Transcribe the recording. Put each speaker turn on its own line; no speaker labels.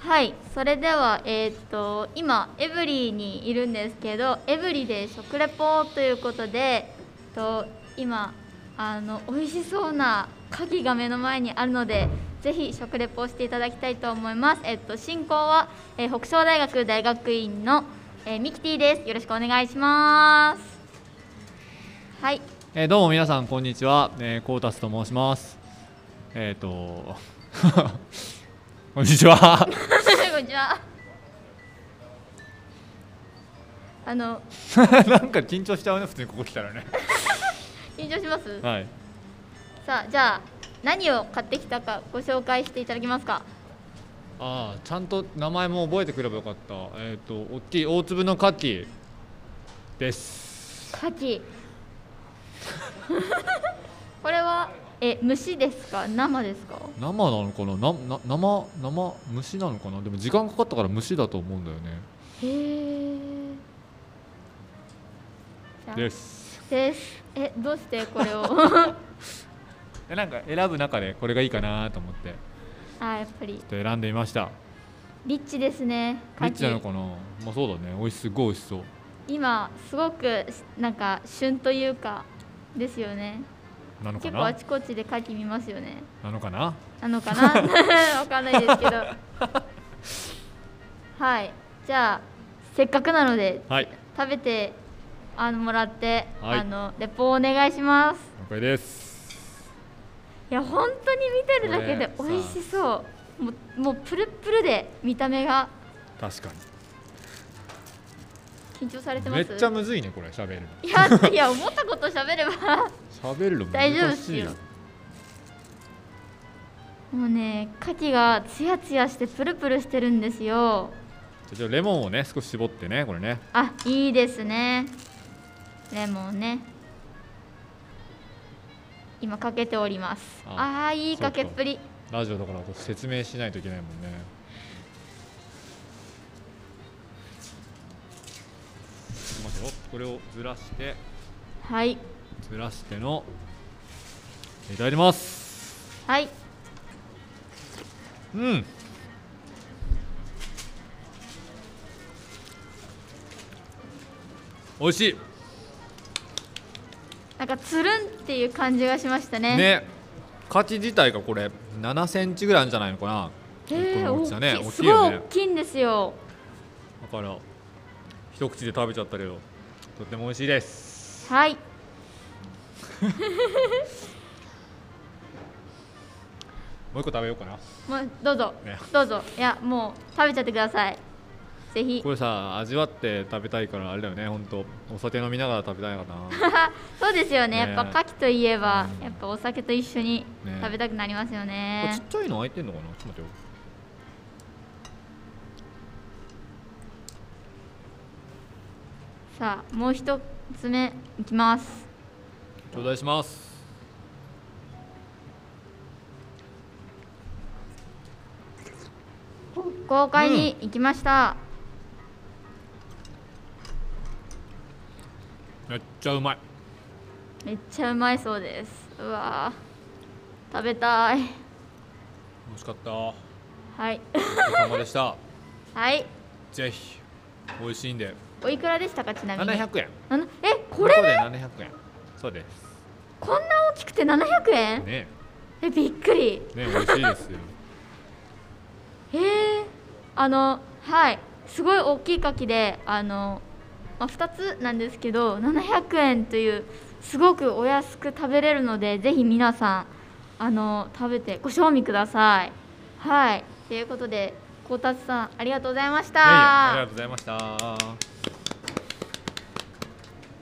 はい、それでは、えーっと今エブリィにいるんですけどエブリィで食レポということで、えっと今あの美味しそうな牡蠣が目の前にあるのでぜひ食レポをしていただきたいと思います。えっと進行は、えー北昌大学大学院の、えーミキティです。よろしくお願いします。はい、
えーどうも皆さんこんにちは、えー、コータスと申しますえっ、と こんにちは
こんにちは。あの
なんか緊張しちゃうね普通にここ来たらね
緊張します。
はい
さあじゃあ何を買ってきたかご紹介していただけますか
ああちゃんと名前も覚えてくればよかったえっ、と大きい大粒の牡蠣です
牡蠣 これはえ蒸しですか生ですか
生なのかななな生生虫なのかなでも時間かかったから虫だと思うんだよね
へえ
です
ですえどうしてこれをあ
えなんか選ぶ中でこれがいいかなと思って
やっぱり
ちょっと選んでみました
リッチですね牡
リッチなの
蠣
かなまあそうだね美味しすごい美味しそう
今すごくしなんか旬というかですよね
なのか
結構あ
な
ちこちで牡蠣見ますよね
なのかな
なのかな わかんないですけどはいじゃあせっかくなので
はい
食べてあのもらって、
はい
あのレポをお願いします
了解です
いや本当に見てるだけで
これ
美味しそうもうもうプルップルで見た目が
確か
緊張されて
に
ま
め
す
っちゃむずいねこれ喋るの
いやいや思ったこと喋れば
喋るの
大丈夫っ
難
す
しい
よ もうね牡蠣がツヤツヤしてプルプルしてるんですよ
じゃあレモンをね少し絞ってねこれね
あいいですねレモンね今かけておりますあ
あ
あーいいかけっぷり
ラジオだからこう説明しないといけないもんねちょっと待ってよこれをずらして
はい
ずらしてのいただきます
はい
うん美味しい
なんかつるんっていう感じがしましたね
ねカキ自体がこれ7センチぐらいあるんじゃないのかな
へえ
この
大
大きさね
きい
大
す
きい
ごい
よ
大
ね
きいんですよ
だから一口で食べちゃったけどとっても美味しいです
はい
もう一個食べようかな
もうどうぞ
ね
どうぞいやもう食べちゃってくださいぜひ
これさ味わって食べたいからあれだよね本当お酒飲みながら食べたいか
そうですよね
ね
やっぱ牡蠣といえば、
うん
やっぱお酒と一緒に
ね
食べたくなりますよね
なあちっちゃいの開いてんのかなちょっと待ってよ
さあもう一つ目いきます
頂戴します
公開に行きました、
めっちゃうまい
めっちゃうまいそうですうわー食べたい
美味しかったお
はい
疲れ様でした
はい
ぜひ美味しいんで
おいくらでしたかちなみに
700円
あのえこれ
で
で
700円そうで
こんな大きくて700円、
すね
えびっくり
ね美味しいですよ
へえあのはいすごい大きい牡蠣であの、まあ、2つなんですけど700円というすごくお安く食べれるのでぜひ皆さんあの食べてご賞味くださいはいということでこうたつさんありがとうございました
いやいやありがとうございました